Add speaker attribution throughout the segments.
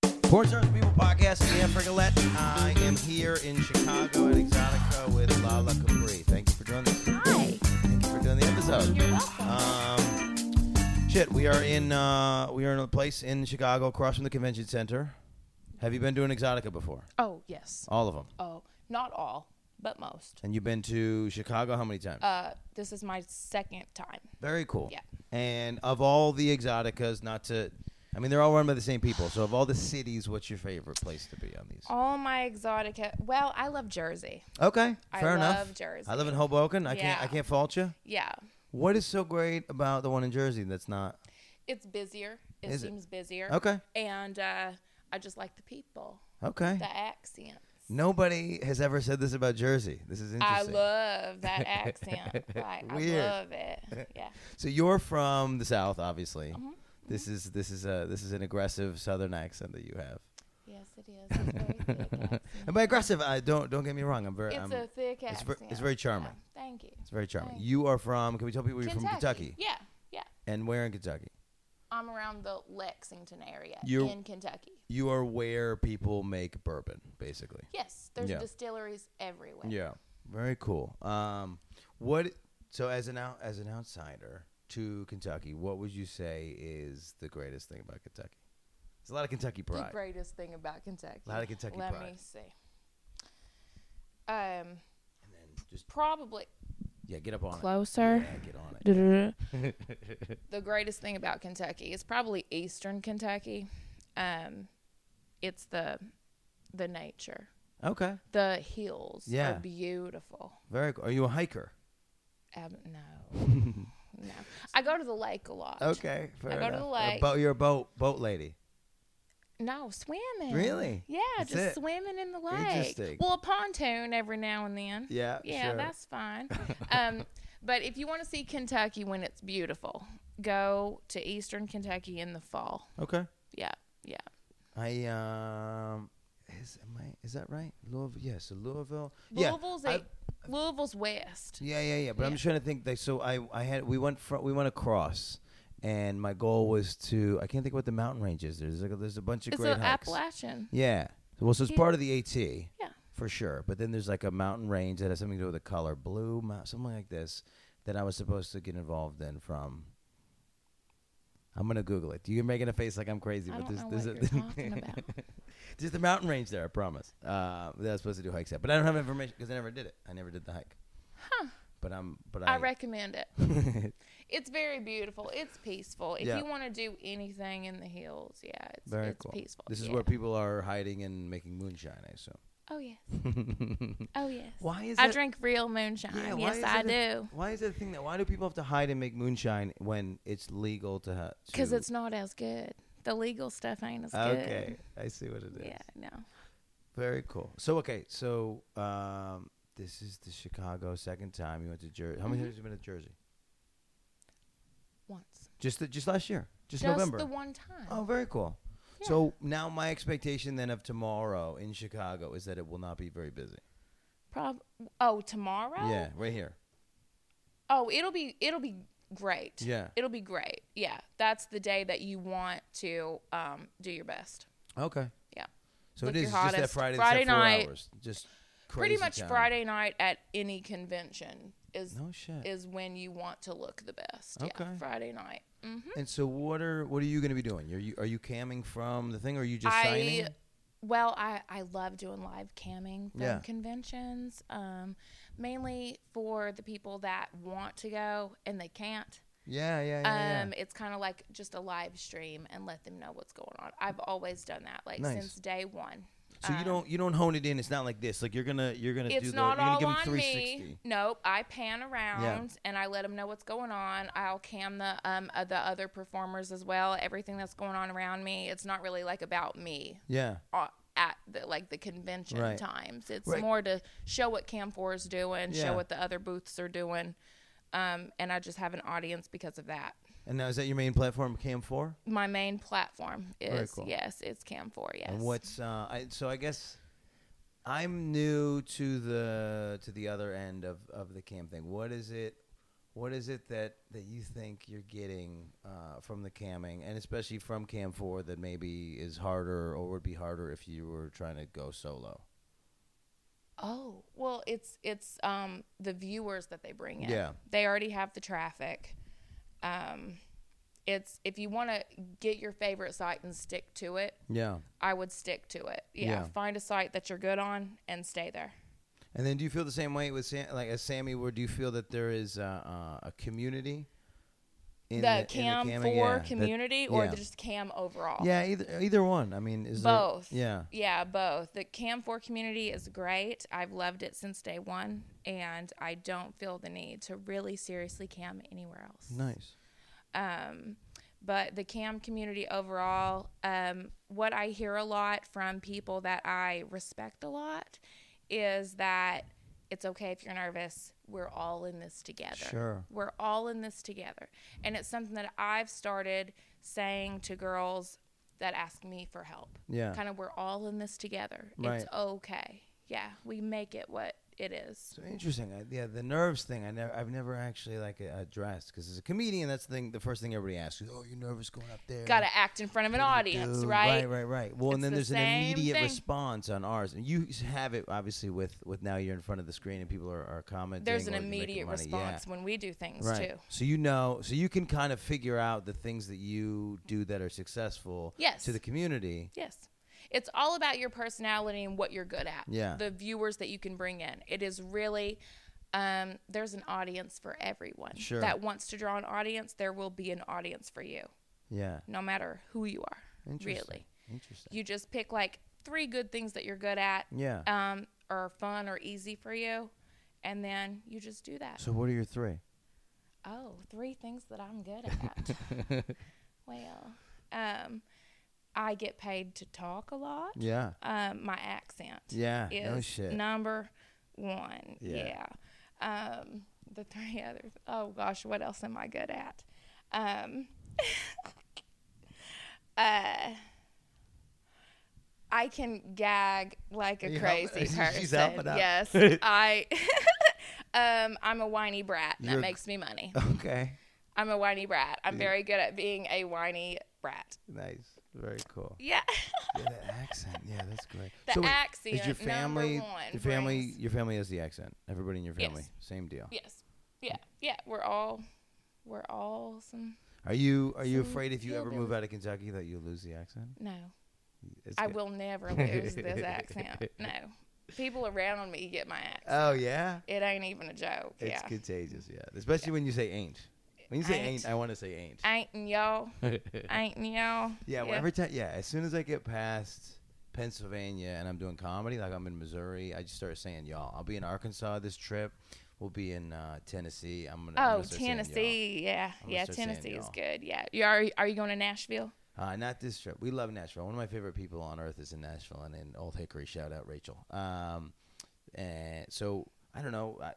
Speaker 1: Porn Stars People Podcast. I am Frigolette. I am here in Chicago at Exotica with Lala Capri. Thank you for joining us.
Speaker 2: Hi.
Speaker 1: Thank you for doing the episode.
Speaker 2: You're welcome.
Speaker 1: Um, shit, we are in uh, we are in a place in Chicago across from the convention center. Have you been doing Exotica before?
Speaker 2: Oh, yes.
Speaker 1: All of them.
Speaker 2: Oh, not all, but most.
Speaker 1: And you've been to Chicago how many times?
Speaker 2: Uh, this is my second time.
Speaker 1: Very cool.
Speaker 2: yeah.
Speaker 1: And of all the Exoticas, not to, I mean, they're all run by the same people. So of all the cities, what's your favorite place to be on these?
Speaker 2: All my Exotica. Well, I love Jersey.
Speaker 1: Okay,
Speaker 2: I
Speaker 1: fair enough.
Speaker 2: love Jersey.
Speaker 1: I live in Hoboken. I can't.
Speaker 2: Yeah.
Speaker 1: I can't fault you.
Speaker 2: Yeah.
Speaker 1: What is so great about the one in Jersey that's not?
Speaker 2: It's busier. It
Speaker 1: Is it?
Speaker 2: seems busier.
Speaker 1: Okay.
Speaker 2: And uh, I just like the people,
Speaker 1: Okay.
Speaker 2: the accents.
Speaker 1: Nobody has ever said this about Jersey. This is
Speaker 2: I
Speaker 1: interesting.
Speaker 2: love that accent. Like,
Speaker 1: Weird.
Speaker 2: I love it. Yeah.
Speaker 1: so you're from the South, obviously.
Speaker 2: Mm-hmm.
Speaker 1: This is this is a this is an aggressive Southern accent that you have.
Speaker 2: Yes, it is. It's a very thick accent.
Speaker 1: and by aggressive, I don't don't get me wrong. I'm very.
Speaker 2: It's
Speaker 1: I'm,
Speaker 2: a thick
Speaker 1: um, it's
Speaker 2: accent.
Speaker 1: ver- it's very charming.
Speaker 2: Yeah. Thank you.
Speaker 1: It's very charming.
Speaker 2: Thanks.
Speaker 1: You are from. Can we tell people you're from Kentucky?
Speaker 2: Yeah. Yeah.
Speaker 1: And where in Kentucky?
Speaker 2: I'm around the Lexington area
Speaker 1: You're-
Speaker 2: in Kentucky.
Speaker 1: You are where people make bourbon, basically.
Speaker 2: Yes, there's
Speaker 1: Yeah.
Speaker 2: distilleries everywhere.
Speaker 1: Yeah, very cool. Um, what? So as an out, as an outsider to Kentucky, what would you say is the greatest thing about Kentucky? There's a lot of Kentucky
Speaker 2: The
Speaker 1: pride.
Speaker 2: greatest thing about Kentucky.
Speaker 1: A lot of Kentucky
Speaker 2: Let
Speaker 1: pride.
Speaker 2: me see. Um,
Speaker 1: And then just
Speaker 2: probably
Speaker 1: yeah, get up on
Speaker 2: closer.
Speaker 1: it. Yeah, get on it.
Speaker 2: The greatest thing about Kentucky is probably Eastern Kentucky. Um, it's the the nature.
Speaker 1: Okay,
Speaker 2: The hills
Speaker 1: Yeah.
Speaker 2: are beautiful.
Speaker 1: very. cool. Are you a hiker?
Speaker 2: Um, no, no. I go to the lake a lot.
Speaker 1: Okay, fair
Speaker 2: go to
Speaker 1: enough.
Speaker 2: the
Speaker 1: A
Speaker 2: lake.
Speaker 1: boat, you're a boat boat lady.
Speaker 2: No, swimming.
Speaker 1: Really?
Speaker 2: Yeah,
Speaker 1: That's
Speaker 2: just
Speaker 1: it.
Speaker 2: swimming in the lake.
Speaker 1: Interesting.
Speaker 2: Well, a pontoon every now and then.
Speaker 1: Yeah,
Speaker 2: Yeah,
Speaker 1: sure.
Speaker 2: that's fine. um, but if you want to see Kentucky when it's beautiful, go to Eastern Kentucky in the fall.
Speaker 1: okay.
Speaker 2: Yeah, yeah.
Speaker 1: I um. Is, am I, is that right? Louisville, yes. so Louisville.
Speaker 2: Louisville's
Speaker 1: yeah, I-
Speaker 2: a- Louisville's west.
Speaker 1: Yeah, yeah, yeah. But I'm
Speaker 2: Yeah.
Speaker 1: just trying to think. Like, so I, I had we went fro- we went across, and my goal was to I can't think what the mountain range is. There's like a, there's a bunch of
Speaker 2: It's
Speaker 1: great
Speaker 2: an
Speaker 1: hikes.
Speaker 2: Appalachian.
Speaker 1: Yeah. Well, so it's
Speaker 2: Yeah.
Speaker 1: part of the AT.
Speaker 2: Yeah.
Speaker 1: For sure. But then there's like a mountain range that has something to do with the color blue, mou- something like this, that I was supposed to get involved in from. I'm gonna Google it. You're making a face like I'm crazy,
Speaker 2: I
Speaker 1: but
Speaker 2: don't
Speaker 1: there's
Speaker 2: know
Speaker 1: there's
Speaker 2: what
Speaker 1: a,
Speaker 2: you're talking about.
Speaker 1: there's the mountain range there. I promise. Uh, that I was supposed to do hikes at, but I don't have information because I never did it. I never did the hike.
Speaker 2: Huh.
Speaker 1: But I'm. But
Speaker 2: I recommend it.
Speaker 1: recommend.
Speaker 2: It's very beautiful. It's peaceful. If
Speaker 1: Yeah.
Speaker 2: you want to do anything in the hills, yeah, it's,
Speaker 1: Very
Speaker 2: it's
Speaker 1: cool.
Speaker 2: peaceful.
Speaker 1: This is
Speaker 2: Yeah.
Speaker 1: where people are hiding and making moonshine, I assume.
Speaker 2: Oh yes. Oh yes.
Speaker 1: why is
Speaker 2: I
Speaker 1: that-
Speaker 2: drink real moonshine.
Speaker 1: Yeah, why
Speaker 2: yes,
Speaker 1: is
Speaker 2: I
Speaker 1: it a-
Speaker 2: do.
Speaker 1: Why is that a thing that? Why do people have to hide and make moonshine when it's legal to? ha-
Speaker 2: Because
Speaker 1: to-
Speaker 2: it's not as good. The legal stuff ain't as
Speaker 1: okay. I see what it
Speaker 2: good.
Speaker 1: is.
Speaker 2: Yeah, no.
Speaker 1: Very cool. So okay, so um, this is the Chicago second time you went to Jersey. How many
Speaker 2: Mhm.
Speaker 1: times have you been to Jersey?
Speaker 2: Once.
Speaker 1: Just the, just last year, just,
Speaker 2: Just
Speaker 1: November.
Speaker 2: the one time.
Speaker 1: oh, very cool.
Speaker 2: Yeah.
Speaker 1: So now my expectation then of tomorrow in Chicago is that it will not be very busy.
Speaker 2: Prob- oh, tomorrow?
Speaker 1: Yeah, right here.
Speaker 2: Oh, it'll be it'll be great.
Speaker 1: Yeah.
Speaker 2: It'll be great. Yeah. That's the day that you want to um, do your best.
Speaker 1: Okay.
Speaker 2: Yeah.
Speaker 1: So
Speaker 2: With
Speaker 1: it
Speaker 2: your
Speaker 1: is it's just that
Speaker 2: hottest
Speaker 1: Friday,
Speaker 2: Friday
Speaker 1: Friday night.
Speaker 2: night.
Speaker 1: Hours. Just
Speaker 2: Pretty
Speaker 1: crazy
Speaker 2: much
Speaker 1: time.
Speaker 2: Friday night at any convention is
Speaker 1: No shit.
Speaker 2: is when you want to look the best.
Speaker 1: Okay.
Speaker 2: Yeah. Friday night. hmm
Speaker 1: and so what are what are you going to be doing? Are you are you camming from the thing, or are you just
Speaker 2: I-
Speaker 1: signing?
Speaker 2: Well, I, I love doing live camming from
Speaker 1: Yeah.
Speaker 2: conventions, um, mainly for the people that want to go and they can't.
Speaker 1: Yeah, yeah, yeah. yeah.
Speaker 2: Um, it's kind of like just a live stream and let them know what's going on. I've always done that, like
Speaker 1: Nice.
Speaker 2: since day one.
Speaker 1: so you
Speaker 2: um,
Speaker 1: don't you don't hone it in. It's not like this. Like you're gonna you're gonna do
Speaker 2: It's
Speaker 1: the,
Speaker 2: not
Speaker 1: you're gonna
Speaker 2: all
Speaker 1: give
Speaker 2: on
Speaker 1: them 360.
Speaker 2: me. Nope. I pan around and I let them know what's going on. I'll cam the um uh, the other performers as well. Everything that's going on around me. It's not really like about me.
Speaker 1: Yeah.
Speaker 2: uh, at the like the convention
Speaker 1: Right.
Speaker 2: times. It's
Speaker 1: Right.
Speaker 2: more to show what Cam Four is doing,
Speaker 1: Yeah.
Speaker 2: show what the other booths are doing, um, and I just have an audience because of that.
Speaker 1: And now is that your main platform, Cam Four?
Speaker 2: My main platform
Speaker 1: Very
Speaker 2: is
Speaker 1: cool.
Speaker 2: yes, it's Cam Four. Yes,
Speaker 1: And what's uh? I, so I guess I'm new to the to the other end of of the cam thing. What is it? What is it that, that you think you're getting uh, from the camming, and especially from Cam Four, that maybe is harder or would be harder if you were trying to go solo?
Speaker 2: Oh well, it's it's um, the viewers that they bring in.
Speaker 1: Yeah.
Speaker 2: they already have the traffic. Um, it's if you want to get your favorite site and stick to it,
Speaker 1: Yeah.
Speaker 2: I would stick to it. Yeah,
Speaker 1: Yeah.
Speaker 2: find a site that you're good on and stay there.
Speaker 1: And then, do you feel the same way with Sam, like as Sammy? Where do you feel that there is uh, uh, a community
Speaker 2: The,
Speaker 1: camming?
Speaker 2: cam for
Speaker 1: Yeah, that-
Speaker 2: community or
Speaker 1: yeah.
Speaker 2: the just cam overall.
Speaker 1: yeah, either either one. I mean, is there-
Speaker 2: both.
Speaker 1: yeah,
Speaker 2: Yeah, both. The Cam 4 community is great. I've loved it since day one, and I don't feel the need to really seriously cam anywhere else.
Speaker 1: nice.
Speaker 2: Um, but the cam community overall, um, what I hear a lot from people that I respect a lot is that it's okay if you're nervous. We're all in this together.
Speaker 1: Sure.
Speaker 2: We're all in this together. And it's something that I've started saying to girls that ask me for help
Speaker 1: Yeah.
Speaker 2: kind of we're all in this together.
Speaker 1: Right.
Speaker 2: It's okay. Yeah, we make it what it is.
Speaker 1: So interesting. I, yeah, the nerves thing. I never, I've never actually like uh, addressed because as a comedian, that's the thing. The first thing everybody asks is, "Oh, you're nervous going up there."
Speaker 2: Got to act in front of an
Speaker 1: What do you
Speaker 2: audience,
Speaker 1: do?"
Speaker 2: right?
Speaker 1: Right, right, right. Well, and
Speaker 2: It's
Speaker 1: then
Speaker 2: the
Speaker 1: there's an
Speaker 2: same
Speaker 1: immediate
Speaker 2: thing.
Speaker 1: response on ours, and you have it obviously with with now you're in front of the screen and people are, are commenting.
Speaker 2: There's an
Speaker 1: or you're making
Speaker 2: immediate
Speaker 1: money. Yeah.
Speaker 2: response when we do things too.
Speaker 1: So you know, so you can kind of figure out the things that you do that are successful
Speaker 2: Yes.
Speaker 1: to the community.
Speaker 2: Yes. It's all about your personality and what you're good at.
Speaker 1: Yeah.
Speaker 2: The viewers that you can bring in. It is really um, there's an audience for everyone
Speaker 1: Sure.
Speaker 2: that wants to draw an audience. There will be an audience for you,
Speaker 1: Yeah.
Speaker 2: no matter who you are.
Speaker 1: Interesting.
Speaker 2: Really,
Speaker 1: Interesting.
Speaker 2: you just pick like three good things that you're good at,
Speaker 1: yeah.
Speaker 2: um, or fun or easy for you, and then you just do that.
Speaker 1: so what are your three?
Speaker 2: Oh, three things that I'm good at. well, um, I get paid to talk a lot.
Speaker 1: Yeah.
Speaker 2: Um, my accent
Speaker 1: Yeah.
Speaker 2: is
Speaker 1: no shit.
Speaker 2: number one.
Speaker 1: Yeah.
Speaker 2: Yeah. Um, the three others. Oh gosh, what else am I good at? Um, uh, I can gag like a
Speaker 1: You help-
Speaker 2: crazy
Speaker 1: she's
Speaker 2: person.
Speaker 1: helping out.
Speaker 2: Yes, I. um, I'm a whiny brat. and
Speaker 1: You're-
Speaker 2: that makes me money.
Speaker 1: Okay.
Speaker 2: I'm a whiny brat. I'm very good at being a whiny brat.
Speaker 1: Nice. Very cool.
Speaker 2: Yeah.
Speaker 1: Yeah, that accent. Yeah, that's great.
Speaker 2: The
Speaker 1: so wait,
Speaker 2: accent.
Speaker 1: is your family
Speaker 2: number one
Speaker 1: your family
Speaker 2: brings-
Speaker 1: your family has the accent. Everybody in your
Speaker 2: Yes.
Speaker 1: family. Same deal.
Speaker 2: Yes. Yeah. Yeah. We're all. We're all some.
Speaker 1: Are you are you
Speaker 2: Some
Speaker 1: afraid if you ever move
Speaker 2: hillbilly.
Speaker 1: out of Kentucky that you'll lose the accent?
Speaker 2: No.
Speaker 1: It's
Speaker 2: I
Speaker 1: good.
Speaker 2: will never lose this accent. No. People around me get my accent.
Speaker 1: Oh yeah?
Speaker 2: It ain't even a joke.
Speaker 1: It's
Speaker 2: yeah.
Speaker 1: contagious, yeah. Especially when you say ain't. When you say ain't,
Speaker 2: Ain't.
Speaker 1: I want to say ain't.
Speaker 2: Ain't and y'all.
Speaker 1: yeah,
Speaker 2: Ain't and y'all.
Speaker 1: Well, every time, yeah, as soon as I get past Pennsylvania and I'm doing comedy, like I'm in Missouri, I just start saying y'all. I'll be in Arkansas this trip. We'll be in uh, Tennessee. I'm gonna. I'm
Speaker 2: Oh,
Speaker 1: gonna start saying y'all.
Speaker 2: Tennessee. Yeah.
Speaker 1: I'm gonna
Speaker 2: Yeah.
Speaker 1: start saying
Speaker 2: Tennessee is
Speaker 1: y'all.
Speaker 2: good. Yeah. You are. Are you going to Nashville?
Speaker 1: Uh, not this trip. We love Nashville. One of my favorite people on earth is in Nashville and in Old Hickory. Shout out Rachel. Um, and so I don't know. I,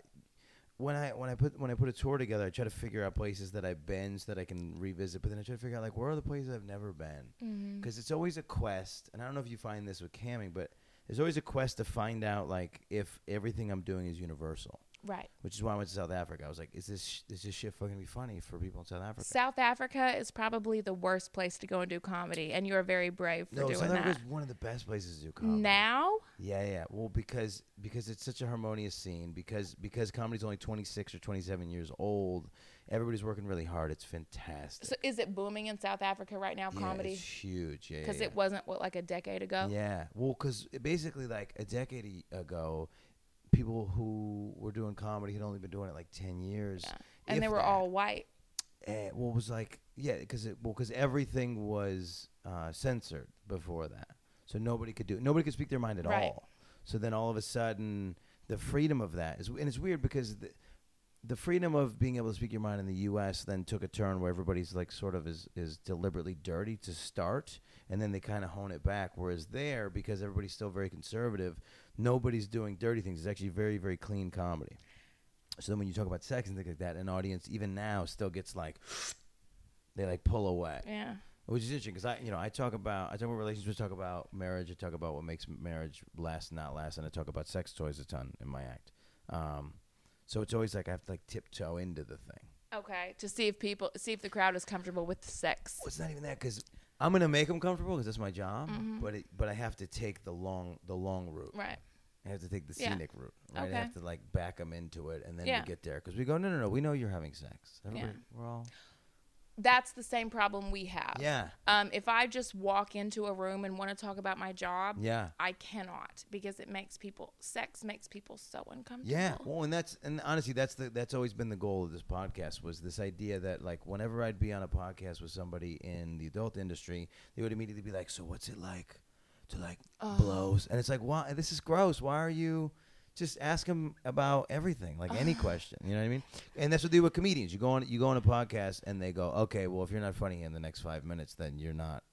Speaker 1: when I when I put when I put a tour together, I try to figure out places that I've been so that I can revisit. But then I try to figure out like where are the places I've never been
Speaker 2: Mm-hmm.
Speaker 1: because it's always a quest. And I don't know if you find this with camming, but there's always a quest to find out like if everything I'm doing is universal.
Speaker 2: Right.
Speaker 1: Which is why I went to South Africa. I was like, is this sh- is this shit fucking be funny for people in South Africa?
Speaker 2: South Africa is probably the worst place to go and do comedy, and you are very brave for
Speaker 1: no,
Speaker 2: doing
Speaker 1: South
Speaker 2: that.
Speaker 1: Africa's one of the best places to do comedy.
Speaker 2: Now,
Speaker 1: Yeah, yeah. Well, because because it's such a harmonious scene. Because because comedy's only twenty six or twenty seven years old. Everybody's working really hard. It's fantastic.
Speaker 2: so is it booming in South Africa right now?
Speaker 1: yeah,
Speaker 2: comedy,
Speaker 1: It's huge. Yeah,
Speaker 2: because
Speaker 1: yeah,
Speaker 2: it wasn't what like a decade ago.
Speaker 1: yeah. yeah. Well, because basically, like a decade a- ago, people who were doing comedy had only been doing it like ten years.
Speaker 2: Yeah. and they
Speaker 1: if
Speaker 2: were
Speaker 1: that.
Speaker 2: all white.
Speaker 1: Eh, well, it was like yeah, because it well, because everything was uh, censored before that, so nobody could do nobody could speak their mind at
Speaker 2: Right.
Speaker 1: all. So then all of a sudden, the freedom of that is, and it's weird because the, the freedom of being able to speak your mind in the U.S. then took a turn where everybody's like sort of is is deliberately dirty to start, and then they kind of hone it back. Whereas there, because everybody's still very conservative, nobody's doing dirty things. It's actually very very clean comedy. So then when you talk about sex and things like that, an audience even now still gets like they like pull away,
Speaker 2: Yeah.
Speaker 1: which is interesting because I you know I talk about I talk about relationships, talk about marriage, I talk about what makes marriage last, and not last, and I talk about sex toys a ton in my act. Um, So it's always like I have to like tiptoe into the thing.
Speaker 2: Okay, to see if people see if the crowd is comfortable with the sex.
Speaker 1: Well, it's not even that because I'm gonna make them comfortable because that's my job. But it, but I have to take the long the long route.
Speaker 2: Mm-hmm. Right.
Speaker 1: I have to take the
Speaker 2: Yeah.
Speaker 1: scenic route. Right.
Speaker 2: Okay.
Speaker 1: I have to like back them into it, and then
Speaker 2: Yeah.
Speaker 1: we get there because we go no no no we know you're having sex. Everybody, We're all
Speaker 2: That's the same problem we have.
Speaker 1: yeah
Speaker 2: Um, if I just walk into a room and want to talk about my job,
Speaker 1: yeah
Speaker 2: I cannot because it makes people sex makes people so uncomfortable.
Speaker 1: yeah. Well, and that's and honestly that's the that's always been the goal of this podcast was this idea that like whenever I'd be on a podcast with somebody in the adult industry, they would immediately be like, so what's it like to like
Speaker 2: Oh.
Speaker 1: blows? And it's like why this is gross. Why are you? Just ask them about everything, like any question. You know what I mean? And that's what they do with comedians. You go on, you go on a podcast, and they go, "Okay, well, if you're not funny in the next five minutes, then you're not.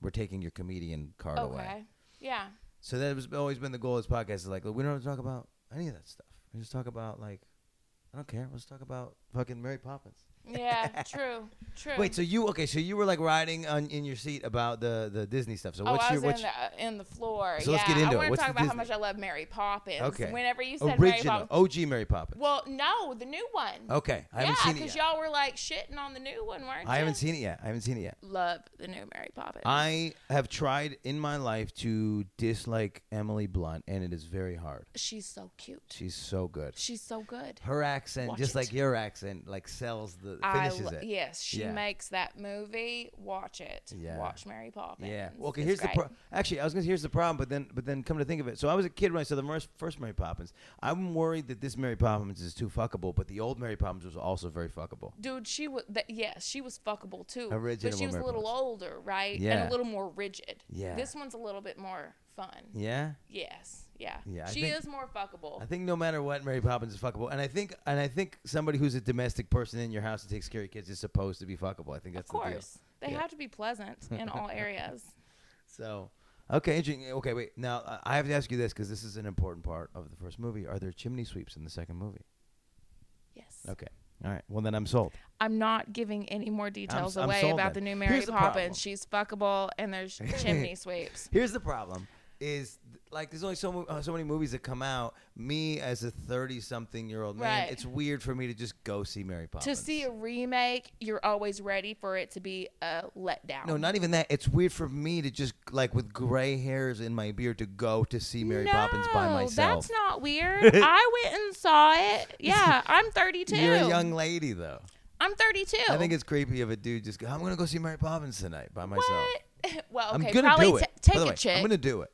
Speaker 1: We're taking your comedian card
Speaker 2: Okay.
Speaker 1: away."
Speaker 2: Yeah.
Speaker 1: So that has always been the goal of this podcast is like, look, we don't have to talk about any of that stuff. We just talk about like, I don't care. Let's talk about fucking Mary Poppins.
Speaker 2: Yeah. true. True.
Speaker 1: Wait, so you okay? So you were like riding on in your seat about the the Disney stuff. So
Speaker 2: oh,
Speaker 1: what's
Speaker 2: I
Speaker 1: your
Speaker 2: was
Speaker 1: what's
Speaker 2: in, the, in the floor.
Speaker 1: So
Speaker 2: yeah.
Speaker 1: let's get into
Speaker 2: I
Speaker 1: it.
Speaker 2: want to
Speaker 1: What's
Speaker 2: talk
Speaker 1: the
Speaker 2: about how
Speaker 1: Disney-
Speaker 2: much I love Mary Poppins.
Speaker 1: Okay.
Speaker 2: Whenever you said Mary
Speaker 1: original
Speaker 2: Poppins.
Speaker 1: OG Mary Poppins?
Speaker 2: Well, no, the new one.
Speaker 1: okay, I
Speaker 2: yeah,
Speaker 1: haven't seen it yet.
Speaker 2: because y'all were like shitting on the new one, weren't you?
Speaker 1: I haven't seen it yet. I haven't seen it yet.
Speaker 2: Love the new Mary Poppins.
Speaker 1: I have tried in my life to dislike Emily Blunt, and it is very hard.
Speaker 2: She's so cute.
Speaker 1: She's so good.
Speaker 2: She's so good.
Speaker 1: Her accent,
Speaker 2: Watch
Speaker 1: just
Speaker 2: it.
Speaker 1: like your accent, like sells the
Speaker 2: I
Speaker 1: finishes
Speaker 2: lo-
Speaker 1: it.
Speaker 2: Yes, she
Speaker 1: Yeah.
Speaker 2: makes that movie. Watch it.
Speaker 1: Yeah.
Speaker 2: Watch Mary Poppins.
Speaker 1: Yeah. Well, okay.
Speaker 2: It's
Speaker 1: Here's
Speaker 2: great.
Speaker 1: the pro- actually, I was gonna say here's the problem, but then but then come to think of it, so I was a kid when I saw the mer- first Mary Poppins. I'm worried that this Mary Poppins is too fuckable, but the old Mary Poppins was also very fuckable.
Speaker 2: Dude, she was. Th- yes, she was fuckable too.
Speaker 1: Original
Speaker 2: but she was a
Speaker 1: Mary
Speaker 2: little older, right? And
Speaker 1: Yeah.
Speaker 2: a little more rigid.
Speaker 1: Yeah.
Speaker 2: This one's a little bit more fun.
Speaker 1: Yeah.
Speaker 2: Yes. Yeah.
Speaker 1: Yeah, I
Speaker 2: She
Speaker 1: think-
Speaker 2: is more fuckable.
Speaker 1: I think no matter what, Mary Poppins is fuckable, and I think and I think somebody who's a domestic person in your house that takes care of kids is supposed to be fuckable. I think
Speaker 2: of
Speaker 1: that's the deal.
Speaker 2: course, they
Speaker 1: Yeah.
Speaker 2: have to be pleasant in all areas.
Speaker 1: So, okay, interesting. Okay, wait. Now I- I have to ask you this because this is an important part of the first movie. Are there chimney sweeps in the second movie?
Speaker 2: Yes.
Speaker 1: Okay. All right. Well, then I'm sold.
Speaker 2: I'm not giving any more details
Speaker 1: I'm
Speaker 2: away
Speaker 1: sold
Speaker 2: about
Speaker 1: then.
Speaker 2: the new Mary
Speaker 1: Here's the problem.
Speaker 2: Poppins. She's fuckable, and there's chimney sweeps.
Speaker 1: Here's the problem: is th- like there's only so mo- uh, so many movies that come out. Me as a thirty something year old man,
Speaker 2: Right.
Speaker 1: it's weird for me to just go see Mary
Speaker 2: To
Speaker 1: Poppins.
Speaker 2: see a remake, you're always ready for it to be a letdown.
Speaker 1: no, not even that. It's weird for me to just like with gray hairs in my beard to go to see Mary Poppins by
Speaker 2: No,
Speaker 1: myself.
Speaker 2: That's not weird. I went and saw it. Yeah, I'm 32.
Speaker 1: You're a young lady though.
Speaker 2: I'm 32.
Speaker 1: I think it's creepy of a dude just go. I'm gonna go see Mary Poppins tonight by myself.
Speaker 2: what? Well,
Speaker 1: I'm
Speaker 2: okay,
Speaker 1: gonna
Speaker 2: probably
Speaker 1: do it.
Speaker 2: ta-
Speaker 1: By
Speaker 2: take
Speaker 1: the
Speaker 2: a
Speaker 1: way,
Speaker 2: chick.
Speaker 1: I'm gonna do it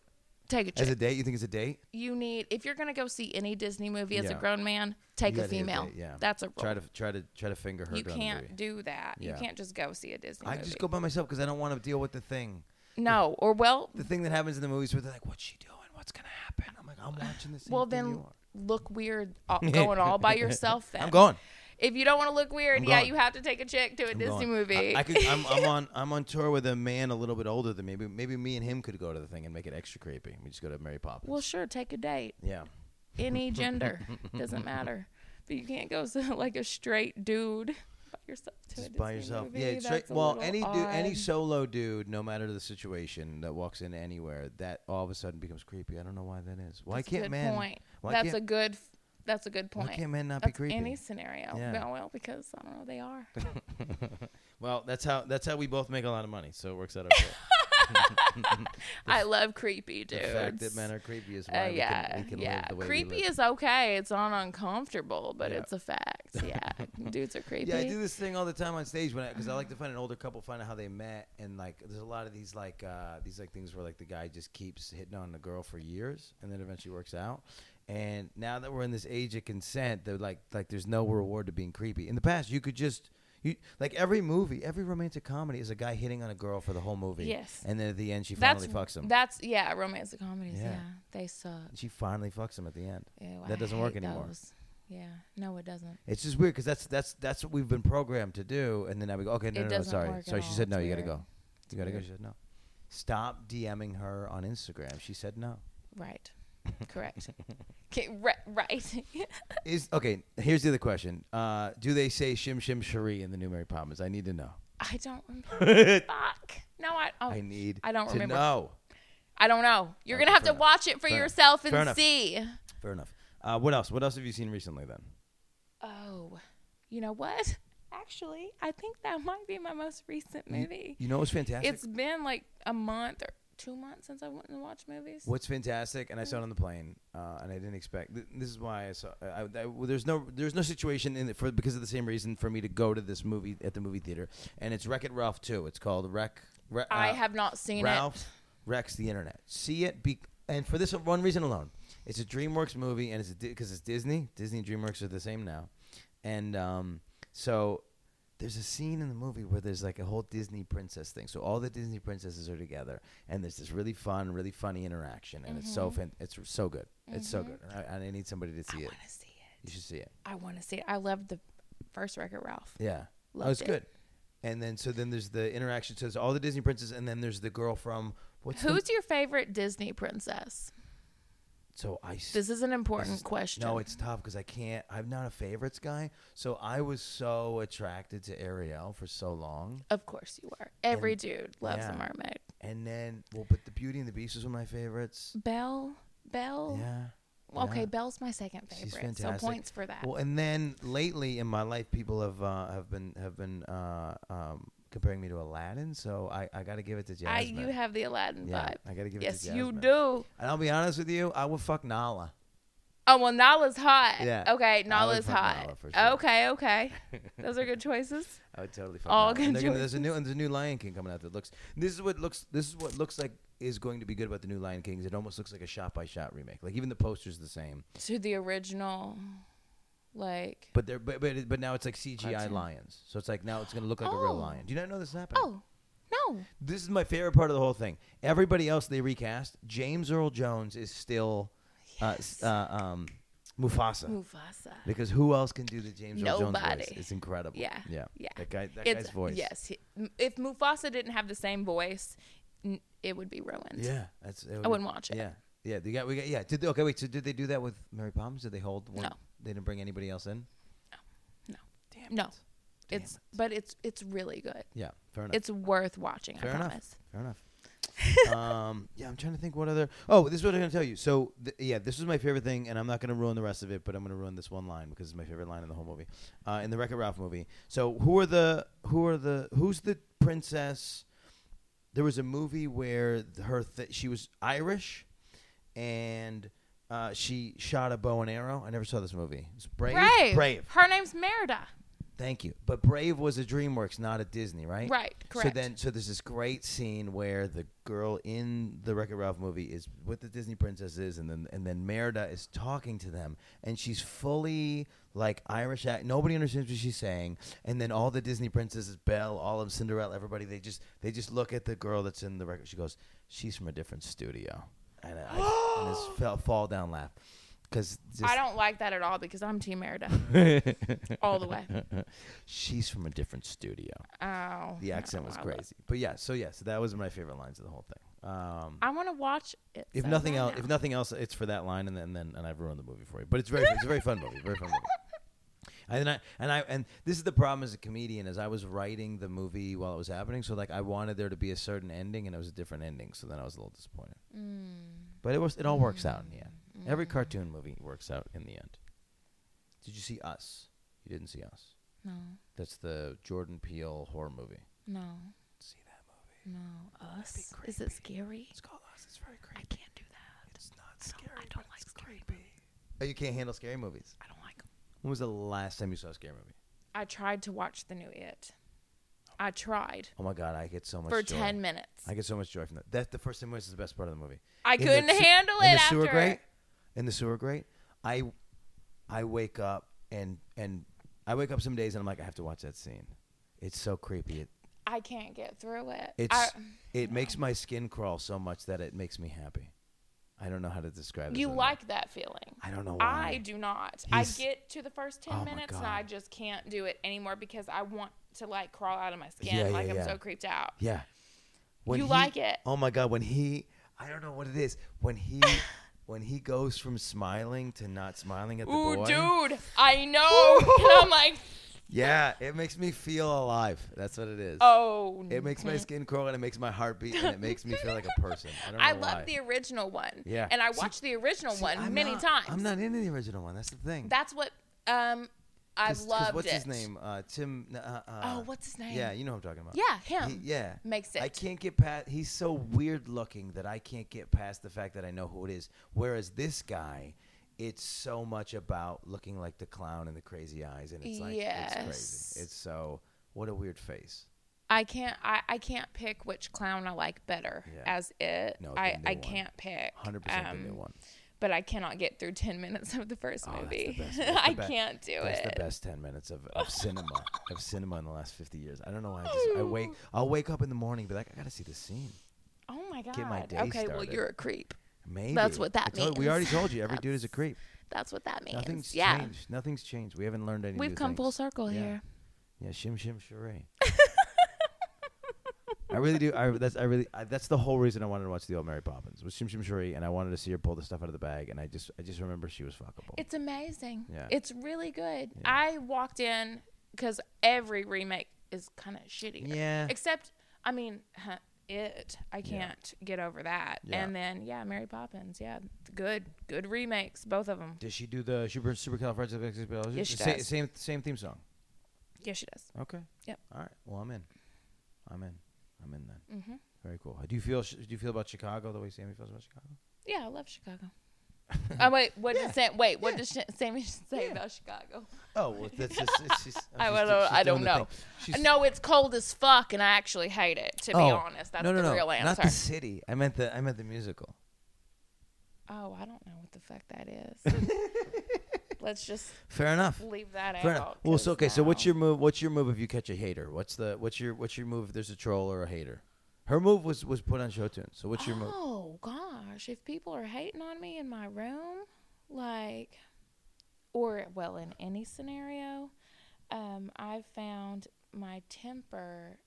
Speaker 2: take a chick.
Speaker 1: as a date. You think it's a date?
Speaker 2: you need if you're gonna go see any Disney movie as a
Speaker 1: Yeah.
Speaker 2: grown man, take
Speaker 1: You
Speaker 2: a
Speaker 1: gotta get
Speaker 2: female.
Speaker 1: date, yeah.
Speaker 2: that's a rule.
Speaker 1: Try to try to try to finger her.
Speaker 2: you
Speaker 1: during the
Speaker 2: can't
Speaker 1: movie.
Speaker 2: do that.
Speaker 1: Yeah.
Speaker 2: You can't just go see a Disney
Speaker 1: I
Speaker 2: movie.
Speaker 1: just go by myself because I don't want to deal with the thing.
Speaker 2: no, or well,
Speaker 1: the thing that happens in the movies where they're like, "What's she doing? What's gonna happen?" I'm like, "I'm watching this."
Speaker 2: well then look weird all, going all by yourself. Then
Speaker 1: I'm going.
Speaker 2: If you don't want to look weird,
Speaker 1: I'm
Speaker 2: yeah,
Speaker 1: going.
Speaker 2: you have to take a chick to a
Speaker 1: I'm
Speaker 2: Disney
Speaker 1: going.
Speaker 2: movie.
Speaker 1: I, I could, I'm, I'm on. I'm on tour with a man a little bit older than me. Maybe, maybe me and him could go to the thing and make it extra creepy. We just go to Mary Poppins.
Speaker 2: well, sure, take a date.
Speaker 1: yeah.
Speaker 2: any gender doesn't matter but you can't go so, like a straight dude by yourself to a
Speaker 1: Just by
Speaker 2: Disney
Speaker 1: yourself.
Speaker 2: movie.
Speaker 1: yeah. it's
Speaker 2: That's
Speaker 1: straight-
Speaker 2: a
Speaker 1: well,
Speaker 2: little
Speaker 1: any dude, any
Speaker 2: odd.
Speaker 1: solo dude, no matter the situation, that walks in anywhere, that all of a sudden becomes creepy. I don't know why that is. Why
Speaker 2: That's a
Speaker 1: can't
Speaker 2: good
Speaker 1: man?
Speaker 2: point
Speaker 1: Why
Speaker 2: that's
Speaker 1: can't,
Speaker 2: a good that's a good
Speaker 1: why
Speaker 2: point
Speaker 1: can't men not
Speaker 2: that's
Speaker 1: be creepy?
Speaker 2: any scenario
Speaker 1: Yeah.
Speaker 2: well, well because i don't know they are
Speaker 1: well, that's how that's how we both make a lot of money. So it works out okay.
Speaker 2: i love creepy
Speaker 1: The
Speaker 2: dudes
Speaker 1: fact that men are creepy is
Speaker 2: Uh,
Speaker 1: why we
Speaker 2: yeah,
Speaker 1: can, we can
Speaker 2: yeah.
Speaker 1: live the way
Speaker 2: creepy
Speaker 1: we live.
Speaker 2: is okay. It's not uncomfortable, but
Speaker 1: Yeah.
Speaker 2: it's a fact. Yeah, dudes are creepy.
Speaker 1: yeah, I do this thing all the time on stage when because I, like to find an older couple, find out how they met, and like there's a lot of these like uh, these like things where like the guy just keeps hitting on the girl for years, and then eventually works out. And now that we're in this age of consent, they're like like there's no reward to being creepy. In the past, you could just you like every movie, every romantic comedy is a guy hitting on a girl for the whole movie.
Speaker 2: Yes.
Speaker 1: and then at the end, she
Speaker 2: that's
Speaker 1: finally fucks him.
Speaker 2: That's yeah, romantic comedies.
Speaker 1: Yeah.
Speaker 2: Yeah, they suck.
Speaker 1: she finally fucks him at the end.
Speaker 2: Ew,
Speaker 1: That
Speaker 2: I
Speaker 1: doesn't work
Speaker 2: hate
Speaker 1: anymore.
Speaker 2: those. Yeah, no, it doesn't.
Speaker 1: It's just weird because that's that's that's what we've been programmed to do, and then now we go, okay, no,
Speaker 2: It
Speaker 1: no, no,
Speaker 2: doesn't
Speaker 1: sorry,
Speaker 2: work
Speaker 1: sorry.
Speaker 2: at
Speaker 1: She
Speaker 2: all.
Speaker 1: said no,
Speaker 2: It's
Speaker 1: you gotta
Speaker 2: weird.
Speaker 1: go, you gotta
Speaker 2: weird.
Speaker 1: go. She said no. Stop DMing her on Instagram. She said no.
Speaker 2: Right. Correct. okay, ri- right.
Speaker 1: Is okay. Here's the other question. Uh, do they say Shim Shim Cherie in the new Mary Poppins? I need to know.
Speaker 2: I don't remember. Fuck. No, I, oh,
Speaker 1: I
Speaker 2: I,
Speaker 1: need.
Speaker 2: I don't
Speaker 1: to
Speaker 2: remember.
Speaker 1: know.
Speaker 2: don't know. You're going
Speaker 1: Okay,
Speaker 2: to have
Speaker 1: fair
Speaker 2: to
Speaker 1: enough.
Speaker 2: watch it for
Speaker 1: Fair enough.
Speaker 2: yourself
Speaker 1: Fair
Speaker 2: and
Speaker 1: enough.
Speaker 2: see.
Speaker 1: Fair enough. Uh, what else? What else have you seen recently then?
Speaker 2: Oh, you know what? Actually, I think that might be my most recent
Speaker 1: You-
Speaker 2: movie.
Speaker 1: You know what's fantastic?
Speaker 2: It's been like a month or two months since I went and watched movies.
Speaker 1: What's fantastic, and I saw it on the plane, uh, and I didn't expect. Th- this is why I saw. I, I, well, there's no, there's no situation in it for because of the same reason for me to go to this movie at the movie theater, and it's Wreck It Ralph too. It's called Wreck. Re, uh,
Speaker 2: I have not seen
Speaker 1: Ralph
Speaker 2: it.
Speaker 1: wrecks the internet. See it, be, and for this one reason alone, it's a DreamWorks movie, and it's because it's Disney. Disney and DreamWorks are the same now, and um, so there's a scene in the movie where there's like a whole Disney princess thing. So all the Disney princesses are together, and there's this really fun, really funny interaction, and it's so fan- it's so good. It's so good, and I, and I need somebody to
Speaker 2: Mm-hmm. I
Speaker 1: see it.
Speaker 2: want to see it.
Speaker 1: You should see it.
Speaker 2: I want to see it. I loved the first record, Ralph.
Speaker 1: Yeah.
Speaker 2: Loved
Speaker 1: oh, it's
Speaker 2: it.
Speaker 1: good. And then so then there's the interaction. So it's all the Disney princesses, and then there's the girl from what's the-
Speaker 2: Who's your favorite Disney princess?
Speaker 1: so I s-
Speaker 2: This is an important
Speaker 1: This is-
Speaker 2: question.
Speaker 1: No, it's tough because I can't. I'm not a favorites guy, so I was so attracted to Ariel for so long,
Speaker 2: of course you are. Every
Speaker 1: And-
Speaker 2: dude loves a
Speaker 1: yeah.
Speaker 2: mermaid.
Speaker 1: and then well, but the Beauty and the Beast was one of my favorites.
Speaker 2: Belle, Belle.
Speaker 1: Yeah.
Speaker 2: Okay,
Speaker 1: yeah.
Speaker 2: Belle's my second
Speaker 1: She's
Speaker 2: favorite. So
Speaker 1: fantastic.
Speaker 2: points for that.
Speaker 1: Well, and then lately in my life, people have uh, have been have been uh, um, comparing me to Aladdin, so I, I got to give it to
Speaker 2: I
Speaker 1: Jasmine.
Speaker 2: you have the Aladdin
Speaker 1: yeah,
Speaker 2: vibe.
Speaker 1: I got to give it
Speaker 2: Yes,
Speaker 1: to
Speaker 2: you
Speaker 1: Jasmine.
Speaker 2: do.
Speaker 1: And I'll be honest with you, I would fuck Nala.
Speaker 2: Oh well, Nala's hot.
Speaker 1: Yeah.
Speaker 2: Okay,
Speaker 1: I would
Speaker 2: Nala's
Speaker 1: fuck
Speaker 2: hot.
Speaker 1: Nala for sure.
Speaker 2: Okay, okay. Those are good choices.
Speaker 1: I would totally fuck.
Speaker 2: All
Speaker 1: Nala. And
Speaker 2: good
Speaker 1: they're gonna- there's a new and there's a new Lion King coming out that looks. This is what looks. This is what looks like is going to be good about the new Lion King. Is it almost looks like a shot by shot remake. Like even the poster's the same.
Speaker 2: To the original, like
Speaker 1: But they're but but, it- but now it's like CGI
Speaker 2: Cartoon.
Speaker 1: lions. So it's like now it's gonna look like a real
Speaker 2: Oh.
Speaker 1: lion. Do you not know this happened?
Speaker 2: oh no,
Speaker 1: This is my favorite part of the whole thing. Everybody else they recast. James Earl Jones is still, uh, s- uh, um, Mufasa.
Speaker 2: Mufasa.
Speaker 1: because who else can do the James Earl Jones voice?
Speaker 2: Nobody.
Speaker 1: It's incredible.
Speaker 2: Yeah,
Speaker 1: Yeah.
Speaker 2: yeah.
Speaker 1: That guy. That
Speaker 2: It's
Speaker 1: guy's voice.
Speaker 2: yes. he- m- if Mufasa didn't have the same voice, n- it would be ruined.
Speaker 1: Yeah, that's.
Speaker 2: I wouldn't watch it.
Speaker 1: Yeah, yeah. They got. We got. Yeah. Did they, okay. Wait. So did they do that with Mary Poppins? Did they hold? One,
Speaker 2: No.
Speaker 1: They didn't bring anybody else in.
Speaker 2: No.
Speaker 1: Damn.
Speaker 2: No.
Speaker 1: it. Damn
Speaker 2: It's
Speaker 1: it.
Speaker 2: but it's it's really good.
Speaker 1: Yeah. Fair enough.
Speaker 2: It's worth watching.
Speaker 1: Fair
Speaker 2: I
Speaker 1: enough.
Speaker 2: promise.
Speaker 1: fair enough. um. Yeah. I'm trying to think what other. Oh, this is what I'm gonna tell you. So th- yeah, this was my favorite thing, and I'm not gonna ruin the rest of it, but I'm gonna ruin this one line because it's my favorite line in the whole movie, uh, in the Wreck-It Ralph movie. So who are the who are the who's the princess? There was a movie where th- her th- she was Irish, and uh, she shot a bow and arrow. I never saw this movie. It's Brave.
Speaker 2: Brave. Her name's Merida.
Speaker 1: Thank you. But Brave was a DreamWorks, not a Disney, right?
Speaker 2: Right, correct.
Speaker 1: So then, so there's this great scene where the girl in the Wreck-It Ralph movie is with the Disney princesses, and then and then Merida is talking to them, and she's fully like Irish. Act. Nobody understands what she's saying, and then all the Disney princesses, Belle, all of them, Cinderella, everybody, they just they just look at the girl that's in the record. She goes, "She's from a different studio," and I, I and this fell, fall down laugh because
Speaker 2: I don't like that at all because I'm Team Merida all the way.
Speaker 1: she's from a different studio.
Speaker 2: Oh,
Speaker 1: The accent
Speaker 2: no,
Speaker 1: was
Speaker 2: I lo-
Speaker 1: crazy. But yeah, so yeah, so that was my favorite lines of the whole thing. Um,
Speaker 2: I want to watch it.
Speaker 1: if
Speaker 2: so
Speaker 1: nothing
Speaker 2: right
Speaker 1: else,
Speaker 2: now.
Speaker 1: if nothing else, it's for that line, and then, and then and I've ruined the movie for you. But it's very, it's a very fun movie, very fun movie. And then I and I and this is the problem as a comedian is I was writing the movie while it was happening, so like I wanted there to be a certain ending, and it was a different ending, so then I was a little disappointed.
Speaker 2: Mm.
Speaker 1: But it was it all works out in the end. Every cartoon movie works out in the end. Did you see Us? You didn't see Us.
Speaker 2: no,
Speaker 1: That's the Jordan Peele horror movie.
Speaker 2: no,
Speaker 1: See that movie?
Speaker 2: no, us is it scary?
Speaker 1: It's called Us. It's very
Speaker 2: I
Speaker 1: creepy.
Speaker 2: can't do that.
Speaker 1: It's not
Speaker 2: I don't, I don't like scary movies.
Speaker 1: Oh, you can't handle scary movies.
Speaker 2: I don't like 'em.
Speaker 1: When was the last time you saw a scary movie?
Speaker 2: I tried to watch the new It. I tried
Speaker 1: Oh my god, I get so much
Speaker 2: for
Speaker 1: joy.
Speaker 2: ten minutes.
Speaker 1: I
Speaker 2: I,
Speaker 1: get so much joy from that. That's the first ten minutes is the best part of the movie. In the
Speaker 2: couldn't
Speaker 1: se-
Speaker 2: handle it
Speaker 1: in the
Speaker 2: after.
Speaker 1: sewer grate.
Speaker 2: it.
Speaker 1: In the sewer grate, I, I wake up and and I wake up some days and I'm like I have to watch that scene. It's so creepy. It
Speaker 2: I can't get through it.
Speaker 1: it's
Speaker 2: I,
Speaker 1: it makes my skin crawl so much that it makes me happy. I don't know how to describe it.
Speaker 2: you like that feeling.
Speaker 1: I don't know why.
Speaker 2: I do not.
Speaker 1: He's-
Speaker 2: I get to the first ten
Speaker 1: Oh my
Speaker 2: minutes and
Speaker 1: God.
Speaker 2: I just can't do it anymore because I want to like crawl out of my skin.
Speaker 1: Yeah,
Speaker 2: like
Speaker 1: yeah,
Speaker 2: I'm
Speaker 1: yeah.
Speaker 2: so creeped out.
Speaker 1: Yeah. When
Speaker 2: You
Speaker 1: he-
Speaker 2: like it.
Speaker 1: Oh my god, when he I don't know what it is. When he when he goes from smiling to not smiling at the
Speaker 2: Ooh,
Speaker 1: boy.
Speaker 2: dude, I know. and I'm like,
Speaker 1: Yeah, it makes me feel alive. That's what it is.
Speaker 2: oh.
Speaker 1: It makes my skin crawl and it makes my heart beat and it makes me feel like a person. I don't know
Speaker 2: I love
Speaker 1: why.
Speaker 2: the original one.
Speaker 1: Yeah.
Speaker 2: And I
Speaker 1: See-
Speaker 2: watched the original
Speaker 1: See,
Speaker 2: one
Speaker 1: I'm
Speaker 2: many
Speaker 1: not-
Speaker 2: times.
Speaker 1: I'm not into the original one. That's the thing.
Speaker 2: That's what um I've
Speaker 1: 'Cause- 'cause
Speaker 2: loved
Speaker 1: what's
Speaker 2: it.
Speaker 1: his name? Uh, Tim. n- Uh, uh,
Speaker 2: oh, what's his name?
Speaker 1: Yeah, you know who I'm talking about.
Speaker 2: Yeah, him.
Speaker 1: He- yeah.
Speaker 2: Makes it.
Speaker 1: I can't get past. He's so weird looking that I can't get past the fact that I know who it is. Whereas this guy, it's so much about looking like the clown and the crazy eyes, and it's like it's
Speaker 2: Yes.
Speaker 1: crazy. It's so what a weird face.
Speaker 2: I can't. I, I can't pick which clown I like better
Speaker 1: Yeah.
Speaker 2: as it.
Speaker 1: No,
Speaker 2: I,
Speaker 1: give me
Speaker 2: I
Speaker 1: one.
Speaker 2: can't pick.
Speaker 1: Hundred percent the new
Speaker 2: um,
Speaker 1: one.
Speaker 2: But I cannot get through ten minutes of the first
Speaker 1: Oh, that's the
Speaker 2: movie.
Speaker 1: best. That's the
Speaker 2: I
Speaker 1: be-
Speaker 2: can't do
Speaker 1: That's
Speaker 2: it.
Speaker 1: the best ten minutes of, of cinema of cinema in the last fifty years. I don't know why. I just I wake. I'll wake up in the morning, and be like, I gotta see this scene.
Speaker 2: Oh my god.
Speaker 1: Get my day
Speaker 2: okay, well
Speaker 1: started.
Speaker 2: you're a creep.
Speaker 1: Maybe
Speaker 2: what that
Speaker 1: I told- We
Speaker 2: means.
Speaker 1: already told you every dude is a creep.
Speaker 2: That's what that means.
Speaker 1: Nothing's
Speaker 2: yeah.
Speaker 1: changed. Nothing's changed. We haven't learned anything.
Speaker 2: We've come full circle
Speaker 1: Yeah.
Speaker 2: here.
Speaker 1: Yeah, shim shim charade. I really do. I that's I really I, that's the whole reason I wanted to watch the old Mary Poppins was shim shim charade, and I wanted to see her pull the stuff out of the bag, and I just I just remember she was fuckable.
Speaker 2: It's amazing.
Speaker 1: Yeah.
Speaker 2: It's really good.
Speaker 1: Yeah.
Speaker 2: I walked in because every remake is kind of shitty.
Speaker 1: yeah,
Speaker 2: Except, I mean, huh, it. I can't get over that.
Speaker 1: Yeah.
Speaker 2: And then, yeah, Mary Poppins. Yeah, good, good remakes, both of them.
Speaker 1: Does she do the super supercalifragilisticexpialidocious?
Speaker 2: Yes, she
Speaker 1: same,
Speaker 2: does.
Speaker 1: same same theme song.
Speaker 2: Yeah, she does.
Speaker 1: Okay.
Speaker 2: Yep.
Speaker 1: All right. Well, I'm in. I'm in. I'm in then.
Speaker 2: hmm
Speaker 1: Very cool. Do you feel do you feel about Chicago the way Sammy feels about Chicago?
Speaker 2: Yeah, I love Chicago. oh wait, what
Speaker 1: Yeah.
Speaker 2: did Sam? Wait, what
Speaker 1: Yeah.
Speaker 2: did Sha- Sammy say
Speaker 1: Yeah.
Speaker 2: about Chicago?
Speaker 1: Oh, well, that's just, it's just,
Speaker 2: I
Speaker 1: she's do-
Speaker 2: don't-
Speaker 1: she's
Speaker 2: I
Speaker 1: doing
Speaker 2: don't
Speaker 1: the
Speaker 2: know.
Speaker 1: thing. She's-
Speaker 2: no, it's cold as fuck, and I actually hate it. To be
Speaker 1: Oh,
Speaker 2: honest, that's
Speaker 1: no, no,
Speaker 2: the
Speaker 1: no,
Speaker 2: real answer.
Speaker 1: Not the city. I meant the I meant the musical.
Speaker 2: Oh, I don't know what the fuck that is. Let's just
Speaker 1: Fair enough.
Speaker 2: leave that
Speaker 1: Fair enough.
Speaker 2: out.
Speaker 1: Well, so
Speaker 2: 'cause
Speaker 1: okay. So what's
Speaker 2: now-
Speaker 1: your move? What's your move if you catch a hater? What's the what's your what's your move if there's a troll or a hater? Her move was was put on Showtune. So what's your move?
Speaker 2: Oh gosh, if people are hating on me in my room, like, or well, in any scenario, um, I've found my temper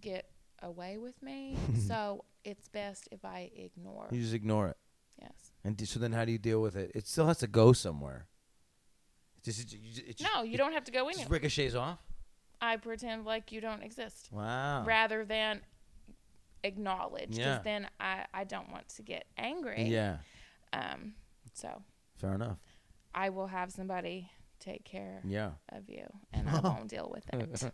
Speaker 2: get away with me. so it's best if I ignore.
Speaker 1: You just ignore it.
Speaker 2: Yes.
Speaker 1: And d- so then how do you deal with it? It still has to go somewhere. It just, it, ju- it, ju-
Speaker 2: No, you
Speaker 1: it
Speaker 2: don't have to go
Speaker 1: Just
Speaker 2: anywhere.
Speaker 1: ricochets off.
Speaker 2: I pretend like you don't exist.
Speaker 1: Wow.
Speaker 2: rather than acknowledge because
Speaker 1: Yeah.
Speaker 2: then I, I don't want to get angry
Speaker 1: Yeah.
Speaker 2: um so
Speaker 1: Fair enough.
Speaker 2: i will have somebody take care
Speaker 1: Yeah.
Speaker 2: of you and i won't deal with it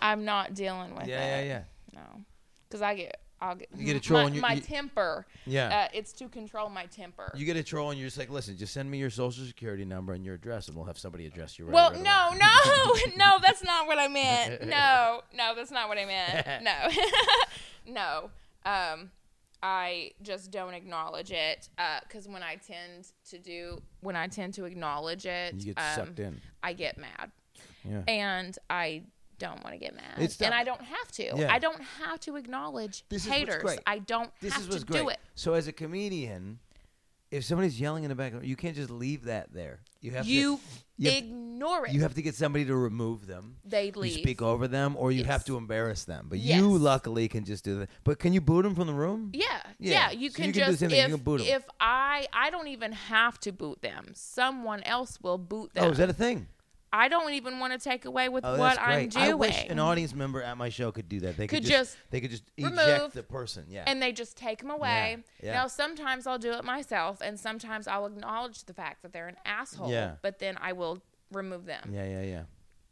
Speaker 2: i'm not dealing with
Speaker 1: yeah. Yeah.
Speaker 2: it
Speaker 1: Yeah.
Speaker 2: no because i get i'll get,
Speaker 1: You get a troll
Speaker 2: my,
Speaker 1: and you-
Speaker 2: my
Speaker 1: you-
Speaker 2: temper
Speaker 1: Yeah.
Speaker 2: uh, it's to control my temper
Speaker 1: You get a troll and you're just like, listen, just send me your social security number and your address, and we'll have somebody address you. Right
Speaker 2: well
Speaker 1: right
Speaker 2: no
Speaker 1: away."
Speaker 2: no no that's not what i meant no no that's not what i meant no no um i just don't acknowledge it because when i tend to do when i tend to acknowledge it
Speaker 1: You get
Speaker 2: um,
Speaker 1: sucked in.
Speaker 2: i get mad
Speaker 1: Yeah.
Speaker 2: and i don't want to get mad
Speaker 1: It's
Speaker 2: and
Speaker 1: not-
Speaker 2: i don't have to
Speaker 1: Yeah.
Speaker 2: i don't have to acknowledge
Speaker 1: This is what's
Speaker 2: haters
Speaker 1: great.
Speaker 2: i don't
Speaker 1: this
Speaker 2: have
Speaker 1: is what's
Speaker 2: to
Speaker 1: great.
Speaker 2: do it
Speaker 1: So as a comedian, if somebody's yelling in the background, you can't just leave that there. You have
Speaker 2: you,
Speaker 1: you have-
Speaker 2: ignore
Speaker 1: to
Speaker 2: it
Speaker 1: you have to get somebody to remove them.
Speaker 2: they leave
Speaker 1: You speak over them, or you
Speaker 2: Yes.
Speaker 1: have to embarrass them. But
Speaker 2: Yes.
Speaker 1: you luckily can just do that. But can you boot them from the room?
Speaker 2: Yeah, yeah.
Speaker 1: Yeah,
Speaker 2: You
Speaker 1: so
Speaker 2: can
Speaker 1: you can do the
Speaker 2: just
Speaker 1: same thing, you
Speaker 2: if
Speaker 1: can boot 'em.
Speaker 2: if I I don't even have to boot them. Someone else will boot them.
Speaker 1: Oh, is that a thing?
Speaker 2: I don't even want to take away with
Speaker 1: Oh,
Speaker 2: what
Speaker 1: that's
Speaker 2: I'm
Speaker 1: great.
Speaker 2: doing.
Speaker 1: I wish an audience member at my show could do that. They could,
Speaker 2: Could
Speaker 1: just,
Speaker 2: just
Speaker 1: they could just
Speaker 2: remove
Speaker 1: eject the person. Yeah.
Speaker 2: and they just take them away.
Speaker 1: yeah.
Speaker 2: Now sometimes I'll do it myself, and sometimes I'll acknowledge the fact that they're an asshole.
Speaker 1: Yeah.
Speaker 2: But then I will remove them.
Speaker 1: yeah, yeah, yeah.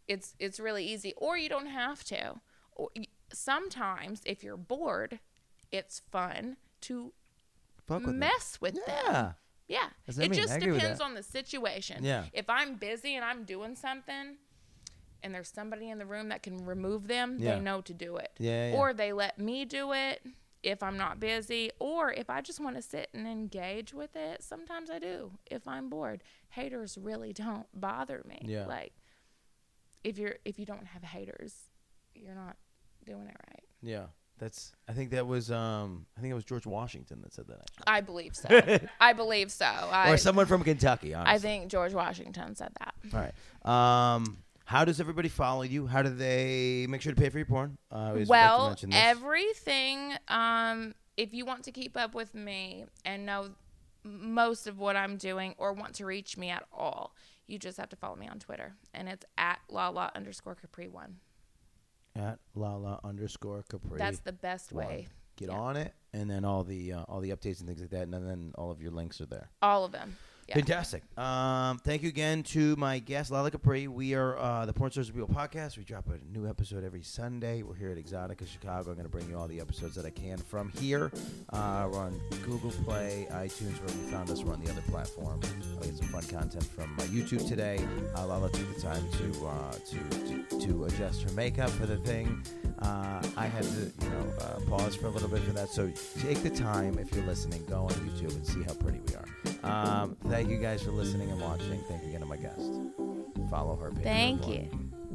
Speaker 2: It's it's really easy, or you don't have to. Or y- sometimes if you're bored, it's fun to
Speaker 1: Fuck with them.
Speaker 2: mess with them.
Speaker 1: Yeah.
Speaker 2: Yeah.
Speaker 1: That's what I
Speaker 2: It
Speaker 1: mean. I
Speaker 2: just
Speaker 1: agree with
Speaker 2: depends
Speaker 1: that.
Speaker 2: on the situation.
Speaker 1: Yeah.
Speaker 2: If I'm busy and I'm doing something and there's somebody in the room that can remove them,
Speaker 1: Yeah.
Speaker 2: they know to do it.
Speaker 1: Yeah, yeah, yeah.
Speaker 2: Or they let me do it if I'm not busy or if I just want to sit and engage with it. Sometimes I do if I'm bored. Haters really don't bother me.
Speaker 1: Yeah.
Speaker 2: Like if you're if you don't have haters, you're not doing it right.
Speaker 1: Yeah. That's. I think that was. Um. I think it was George Washington that said that. actually.
Speaker 2: I believe so. I believe so. I,
Speaker 1: or someone from Kentucky. Honestly.
Speaker 2: I think George Washington said that.
Speaker 1: All right. Um, how does everybody follow you? How do they make sure to pay for your porn? Uh, I always like to
Speaker 2: well
Speaker 1: mention this.
Speaker 2: everything um if you want to keep up with me and know most of what i'm doing or want to reach me at all you just have to follow me on twitter and it's at lala underscore capri one
Speaker 1: at lala underscore capri.
Speaker 2: that's the best
Speaker 1: one.
Speaker 2: way
Speaker 1: Get
Speaker 2: yeah.
Speaker 1: on it, and then all the uh, all the updates and things like that, and then all of your links are there.
Speaker 2: all of them Yeah.
Speaker 1: Fantastic. Um, thank you again to my guest, Lala Capri. We are uh, the Porn Stars Real podcast. We drop a new episode every Sunday. We're here at Exotica Chicago. I'm going to bring you all the episodes that I can from here. Uh, we're on Google Play, iTunes, where you found us. We're on the other platform. I get some fun content from uh, YouTube today. Uh, Lala took the time to, uh, to, to to adjust her makeup for the thing. Uh, I had to, you know, uh, pause for a little bit for that. So take the time if you're listening, go on YouTube and see how pretty we are. Um, thank you guys for listening and watching. Thank you again to my guest. Follow her. Patreon
Speaker 2: Thank
Speaker 1: blog.
Speaker 2: you.